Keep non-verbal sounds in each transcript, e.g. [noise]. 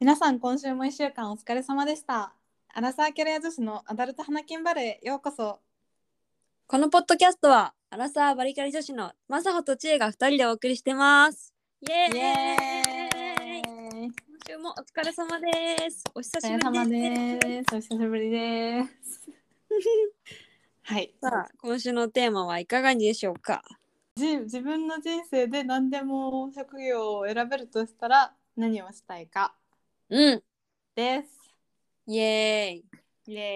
皆さん今週も1週間お疲れ様でしたアラサーキャリア女子のアダルト花金バレーへようこそこのポッドキャストはアラサーバリカリ女子のマサホとチエが二人でお送りしてますイエーイーイ今週もお疲れ様ですお久おし疲れ様ぶりですですお久しぶりです [laughs] はいさあ今週のテーマはいかがでしょうかじ自分の人生で何でも職業を選べるとしたら何をしたいかうんですイエイエ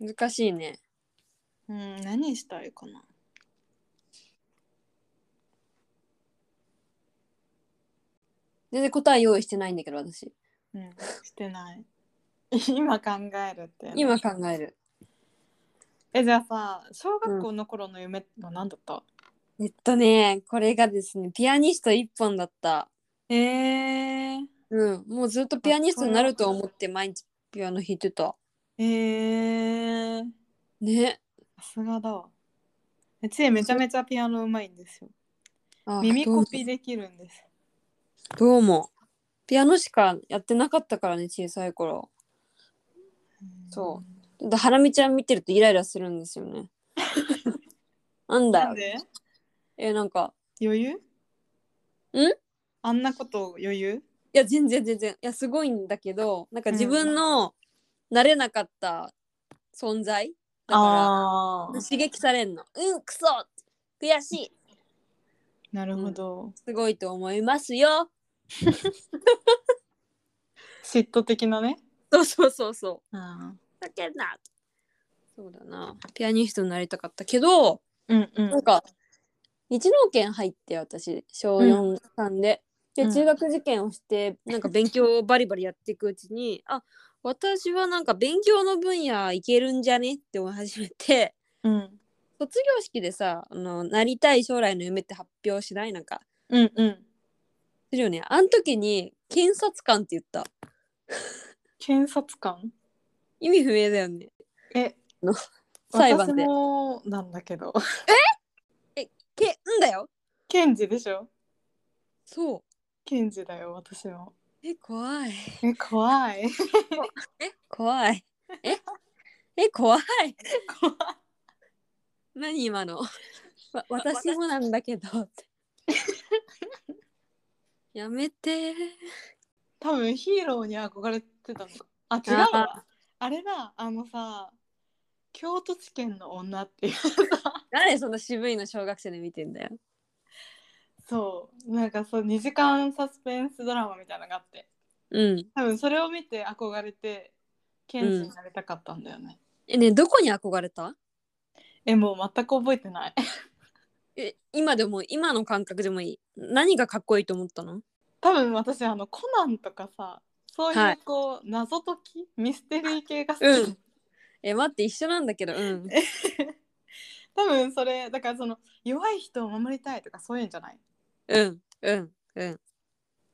ーイ難しいねーイうん何したいかな全然答え用意してないんだけど私うんしてない [laughs] 今考えるって今考えるえじゃあさ小学校の頃の夢は何だった、えっとねこれがですねピアニスト一本だったえー、うんもうずっとピアニストになると思って毎日ピアノ弾いてたえー、ねさすがだわえつえめちゃめちゃピアノうまいんですよあ耳どうコもピーできるんですどうも。ピアノしかやってなかったからね、小さい頃。そだからハラミちゃん見てるとイライラするんです [laughs] よね。なんうんだなんよ。でえ、なんか、余裕んあんなこと余裕いや、全然全然。いや、すごいんだけど、なんか自分の慣れなかった存在だかあら、刺激されんの。うん、くそ悔しいなるほど、すごいと思いますよ嫉妬的なねそうそうそうそう。うんふざけんなそうだな。ピアニストになりたかったけど、うんうんなんか日農研入って私小う4さんうで、んで中学受験をしてなんか勉強をバリバリやっていくうちにあ私はなんか勉強の分野いけるんじゃねって思い始めて [laughs] うん卒業式でさあのなりたい将来の夢って発表しないなんかうんうんするよねあの時に検察官って言った検察官意味不明だよねえ裁判で私もなんだけど [laughs] けんだよ検事でしょそう検事だよ私もえ怖いえ怖い [laughs] 怖いええ怖い怖い何今の [laughs] わ私もなんだけどって [laughs] やめて多分ヒーローに憧れてたのあ違うわあれだあのさ京都地検の女っていう [laughs] さ誰そんな渋いの小学生で見てんだよそうなんかそう2時間サスペンスドラマみたいなのがあってうん多分それを見て憧れて検事になりたかったんだよね、えねえどこに憧れたえもう全く覚えてないえ今でも今の感覚でもいい何がかっこいいと思ったの多分私あのコナンとかさそういはういこう、謎解きミステリー系が好き、 [laughs] うんえ待って一緒なんだけどうん多分それだからその弱い人を守りたいとかそういうんじゃないうんうんうん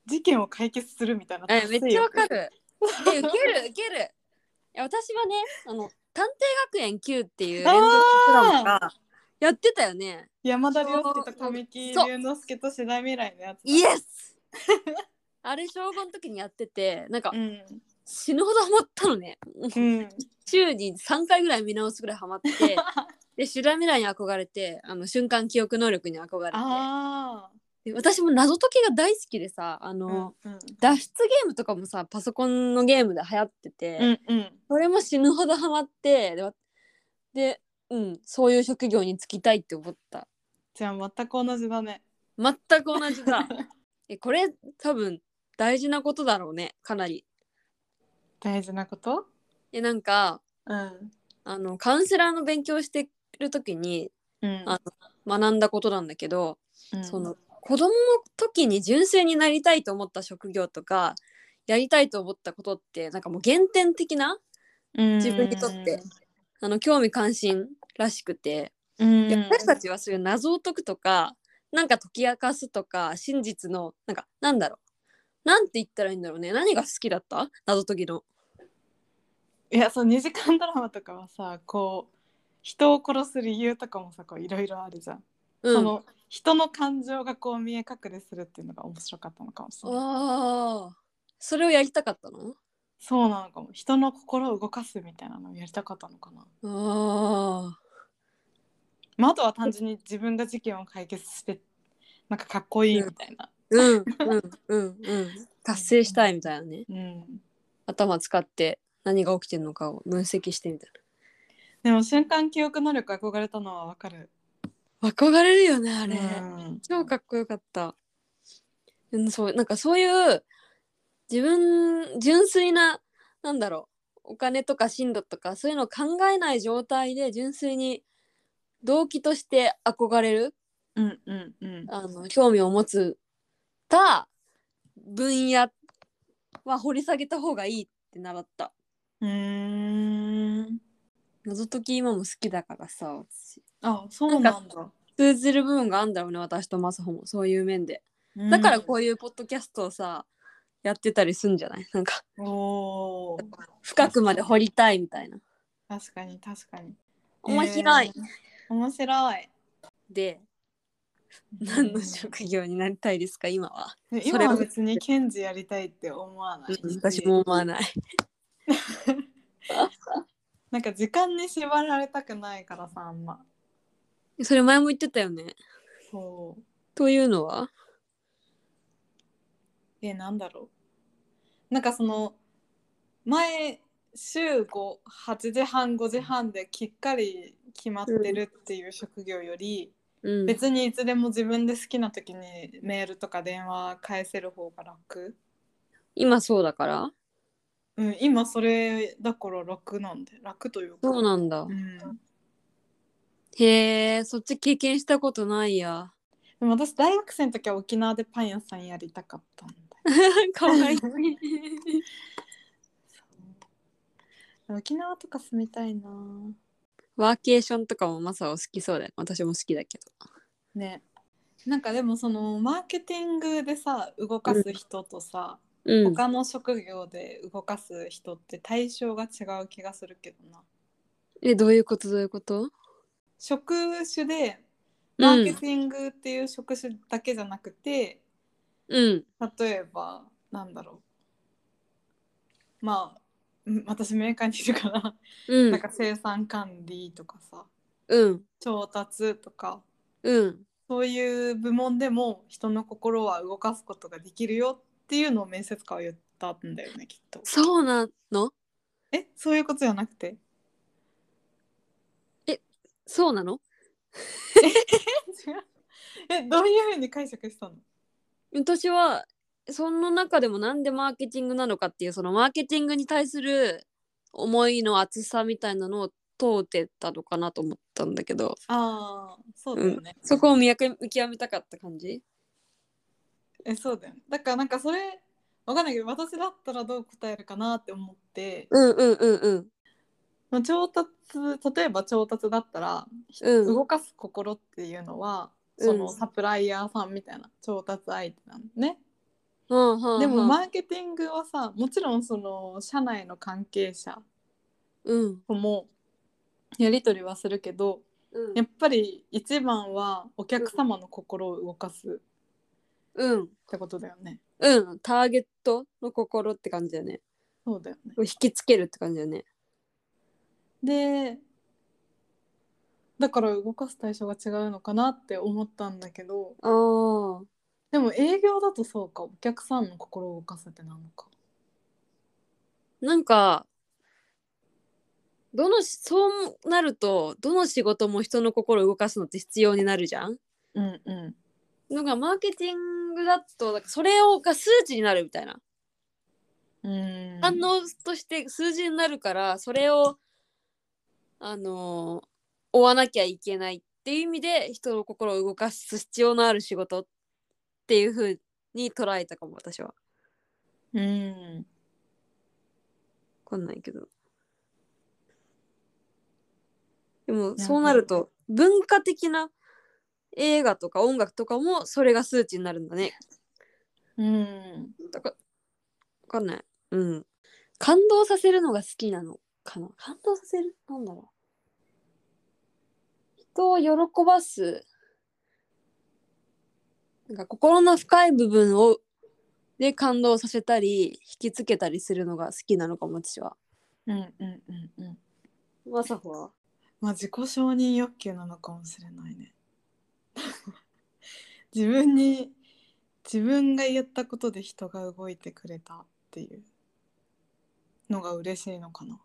事件を解決するみたいなえめっちゃわか [laughs] る達成えウ欲ケるウケるいや私はねあの「探偵学園 Q」っていう連あー続ドラマがやってたよね山田涼介と神木そう隆之介と世代未来のやつだイエス [laughs] あれ小5の時にやっててなんかうん、死ぬほどハマったのねうん、週に3回ぐらい見直すぐらいハマって [laughs] で修羅未来に憧れてあの瞬間記憶能力に憧れてああで私も謎解きが大好きでさあの、うん脱出ゲームとかもさパソコンのゲームで流行ってて、うんうんそれも死ぬほどハマってでわで、うん、そういう職業に就きたいって思ったじゃあ全く同じだね全く同 [laughs] じだえこれ多分大事なことだろうねかなり大事なことえなんかうんあのカウンセラーの勉強してる時にうんあ学んだことなんだけど、うんその子供の時に純粋になりたいと思った職業とかやりたいと思ったことってなんかもう原点的な自分にとってあの興味関心らしくて、うんで私たちはそういう謎を解くとかなんか解き明かすとか真実のなんかなんだろうなんて言ったらいいんだろうね何が好きだった謎解きの。いやそう2時間ドラマとかはさこう人を殺す理由とかもさこういろいろあるじゃん、うん、その人の感情がこう見え隠れするっていうのが面白かったのかもしれないあーそれをやりたかったのそうなのかも人の心を動かすみたいなのをやりたかったのかな、ああまあ、あとは単純に自分が事件を解決してなんかかっこいいみたいな、うんうんうんうん達成したいみたいなねうん、頭使って何が起きてるのかを分析してみたいでも瞬間記憶能力憧れたのはわかるな憧れるよねああれ、うん超かっこよかった、うん、そうなんかそういう自分純粋ななんだろうお金とか進路とかそういうのを考えない状態で純粋に動機として憧れるうんうんうんあの興味を持つた分野は掘り下げた方がいいって習ったうーん謎解き今も好きだからさ私あそうなんだ通ずる部分があるんだろうね私とマサホもそういう面でだからこういうポッドキャストをさやってたりすんじゃないなんかうんおー深くまで掘りたいみたいな確かに確かに面白い、えー面白いで何の職業になりたいですか今は、ねそ今れをは別にケンジやりたいって思わない、私も思わないなんか時間に縛られたくないからさあんまそれ前も言ってたよねそうというのはえなんだろうなんかその前週58時半5時半できっかり決まってるっていう職業より、うん別にいつでも自分で好きな時にメールとか電話返せる方が楽、今そうだからうん、今それだから楽なんで楽というかそうなんだ、うん、でへえそっち経験したことないや [laughs] も私大学生の時は沖縄でパン屋さんやりたかったんだかわ [laughs] いい沖縄とか住みたいなワーケーションとかもマサオ好きそうだよ私も好きだけどねなんかでもそのマーケティングでさ動かす人とさ、うん他の職業で動かす人って対象が違う気がするけどなえどういうことどういうこと職種でマうーケんティングっていう職種だけじゃなくて、うん例えばなんだろうまあうん私メーカーにいるから、うなんんか生産管理とかさうん調達とかうんそういう部門でも人の心は動かすことができるよっていうのを面接官は言ったんだよねきっと。そうなのえそういうことじゃなくてそうなの違う [laughs] えどういうふうに解釈したの私はその中でもなんでマーケティングなのかっていうそのマーケティングに対する思いの厚さみたいなのを問うてたのかなと思ったんだけどああそうだよね。そこを見分け見極めたかった感じえそうだよね。だからなんかそれわかんないけど私だったらどう答えるかなって思って、うんうんうんうんまあ、調達例えば調達だったら、うん動かす心っていうのはうんそのサプライヤーさんみたいな調達相手なんだね。はあはあでもはあマーケティングはさもちろんその社内の関係者うんともやり取りはするけどうんやっぱり一番はお客様の心を動かすうんってことだよね。うんターゲットの心って感じだよねそうだよね引きつけるって感じだよねでだから動かす対象が違うのかなって思ったんだけどああでも営業だとそうかお客さんの心を動かすってなのか。なんかどのしそうなるとどの仕事も人の心を動かすのって必要になるじゃんうんうんのがマーケティングだとなんかそれをが数値になるみたいな、うん反応として数字になるからそれをあのー追わなきゃいけないっていう意味で人の心を動かす必要のある仕事っていう風に捉えたかも私は。うんわかんないけど。でもどそうなると文化的な映画とか音楽とかもそれが数値になるんだね。うんだからわかんない。うん。感動させるのが好きなのかな。感動させるなんだろう。人を喜ばす。なんか心の深い部分をで感動させたり引きつけたりするのが好きなのかも私は。うんうんうんうん。まさほはまあ自己承認欲求なのかもしれないね。 [laughs] 自分に自分が言ったことで人が動いてくれたっていうのが嬉しいのかな。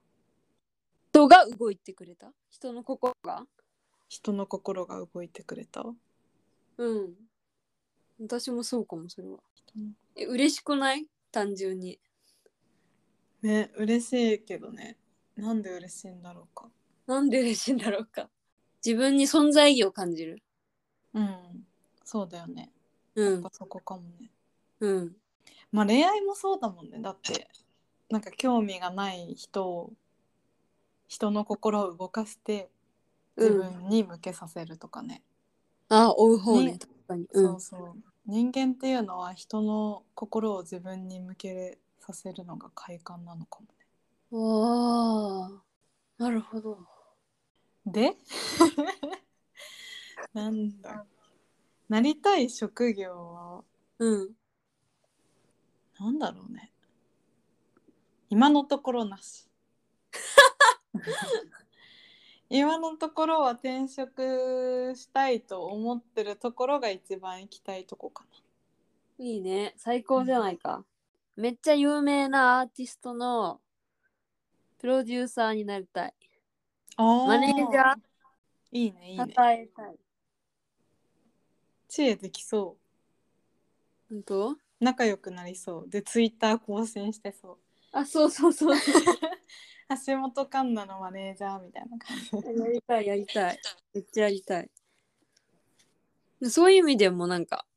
人が動いてくれた人の心が人の心が動いてくれた。うん。私もそうかもそれは。え嬉しくない単純に。ね嬉しいけどね。なんで嬉しいんだろうか。なんで嬉しいんだろうか。自分に存在意義を感じる。うん。そうだよね。うん。そこかもね。うん。まあ恋愛もそうだもんねだってなんか興味がない人を人の心を動かして自うん、分に向けさせるとかね、あ追う方ねね確かに。うんそうそう人間っていうのは人の心を自分に向けさせるのが快感なのかもねああ、なるほど。 [laughs] でなんだなりたい職業うん。はなんだろうね今のところな [laughs] し今のところは転職したいと思ってるところが一番行きたいとこかいいね。最高じゃないか。めっちゃ有名なアーティストのプロデューサーになりたい。なあマネージャーいいねいい称ねえたい。知恵できそ本当う仲良くなりそうでツイッター更新して [laughs] そうあ、そうそうそう。橋本環奈のマネージャーみたいな感じやりたい、やりたい。めっちゃやりたい。そういう意味でもなんか、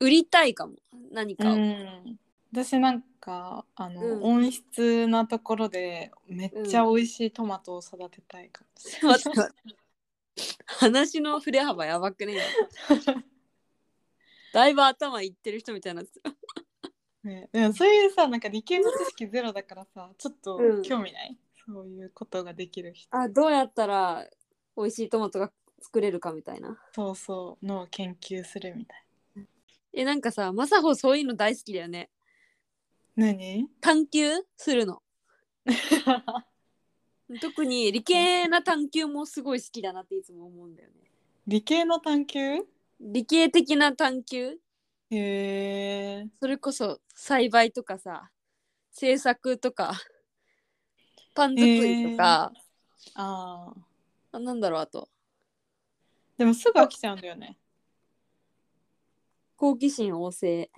売りたいかも。何かを。うん私なんかあの、うん温室なところでめっちゃ美味しいトマトを育てたいかもしれない待って待って話の振れ幅やばくねえだいぶ頭いってる人みたいになってた。 [laughs] ね、でもそういうさなんか理系の知識ゼロだからさちょっとうん興味ない、そういうことができる人あ、どうやったら美味しいトマトが作れるかみたいな。そうそうのを研究するみたいえなんかさマサホそういうの大好きだよねな [laughs] 何探求するの特に理系な探求もすごい好きだなっていつも思うんだよね理系の探求理系的な探求へえそれこそ栽培とかさ制作とかパン作りとか、あーあなんだろうあとでもすぐ飽きちゃうんだよね好奇心旺盛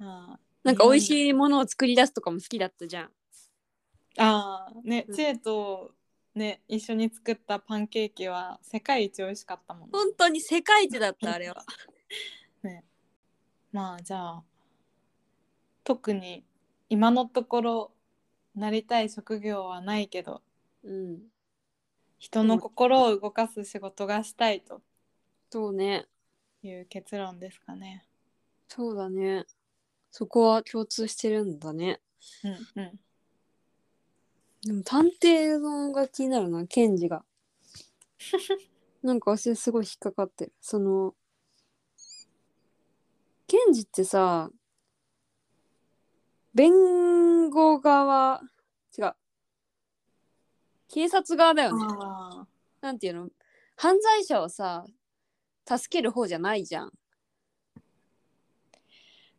あなんか美味しいものを作り出すとかも好きだったじゃんーあーねうん知恵とね一緒に作ったパンケーキは世界一美味しかったもん本当に世界一だったあれはまあじゃあ特に今のところなりたい職業はないけどうん人の心を動かす仕事がしたいとそうねいう結論ですかね。そうだねそこは共通してるんだねうんうん、でも探偵のが気になるな検事がなんか私すごい引っかかってるその検事ってさ弁護側違う警察側 [laughs] だよねあなんていうの犯罪者をさ助ける方じゃないじゃん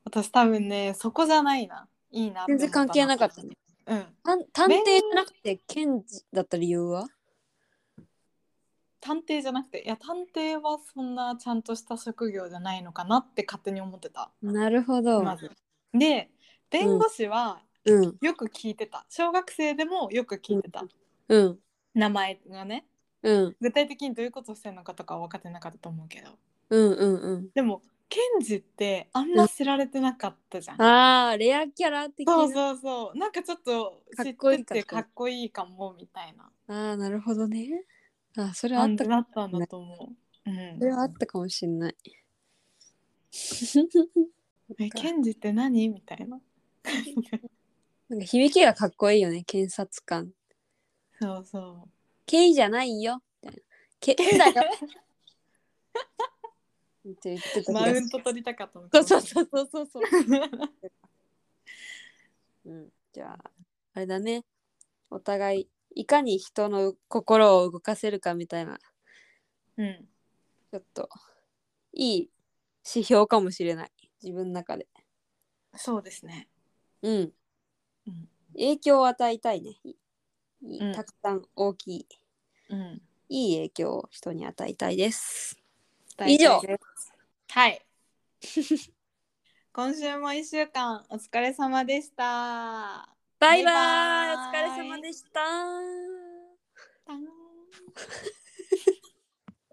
私多分ねそこじゃないないいなって思全った然関係なかったねうん、探探偵じゃなくて検事だった理由は探偵じゃなくていや探偵はそんなちゃんとした職業じゃないのかなって勝手に思ってた、なるほど、まず。で弁護士はうんよく聞いてた小学生でもよく聞いてた、うん名前がねうん具体的にどういうことをしてるのかとかは分かってなかったと思うけどうんうんうんでもケンジってあんま知られてなかったじゃん、あーレアキャラ的なそうそうそうなんかちょっと知っててかかっっこいいかもみたいなあーなるほどねあーそれはあ感っじただったんだと思う、うんそれはあったかもしんないえケンジって何みたいななんか響きがかっこいいよね検察官そうそう [laughs] 刑じゃないよみたいなけだよって言ってた気がマするウント取りたかったのそかうそうそうそうそうそう。 [laughs] うん、じゃああれだねお互いいかに人の心を動かせるかみたいなうんちょっといい指標かもしれない自分の中でそうですねうん、うん影響を与えたいねいいうんたくさん大きい、うんいい影響を人に与えたいです大丈夫以ですはい [laughs] 今週も一週間お疲れ様でしたバイバイバイバイお疲れ様でしたたん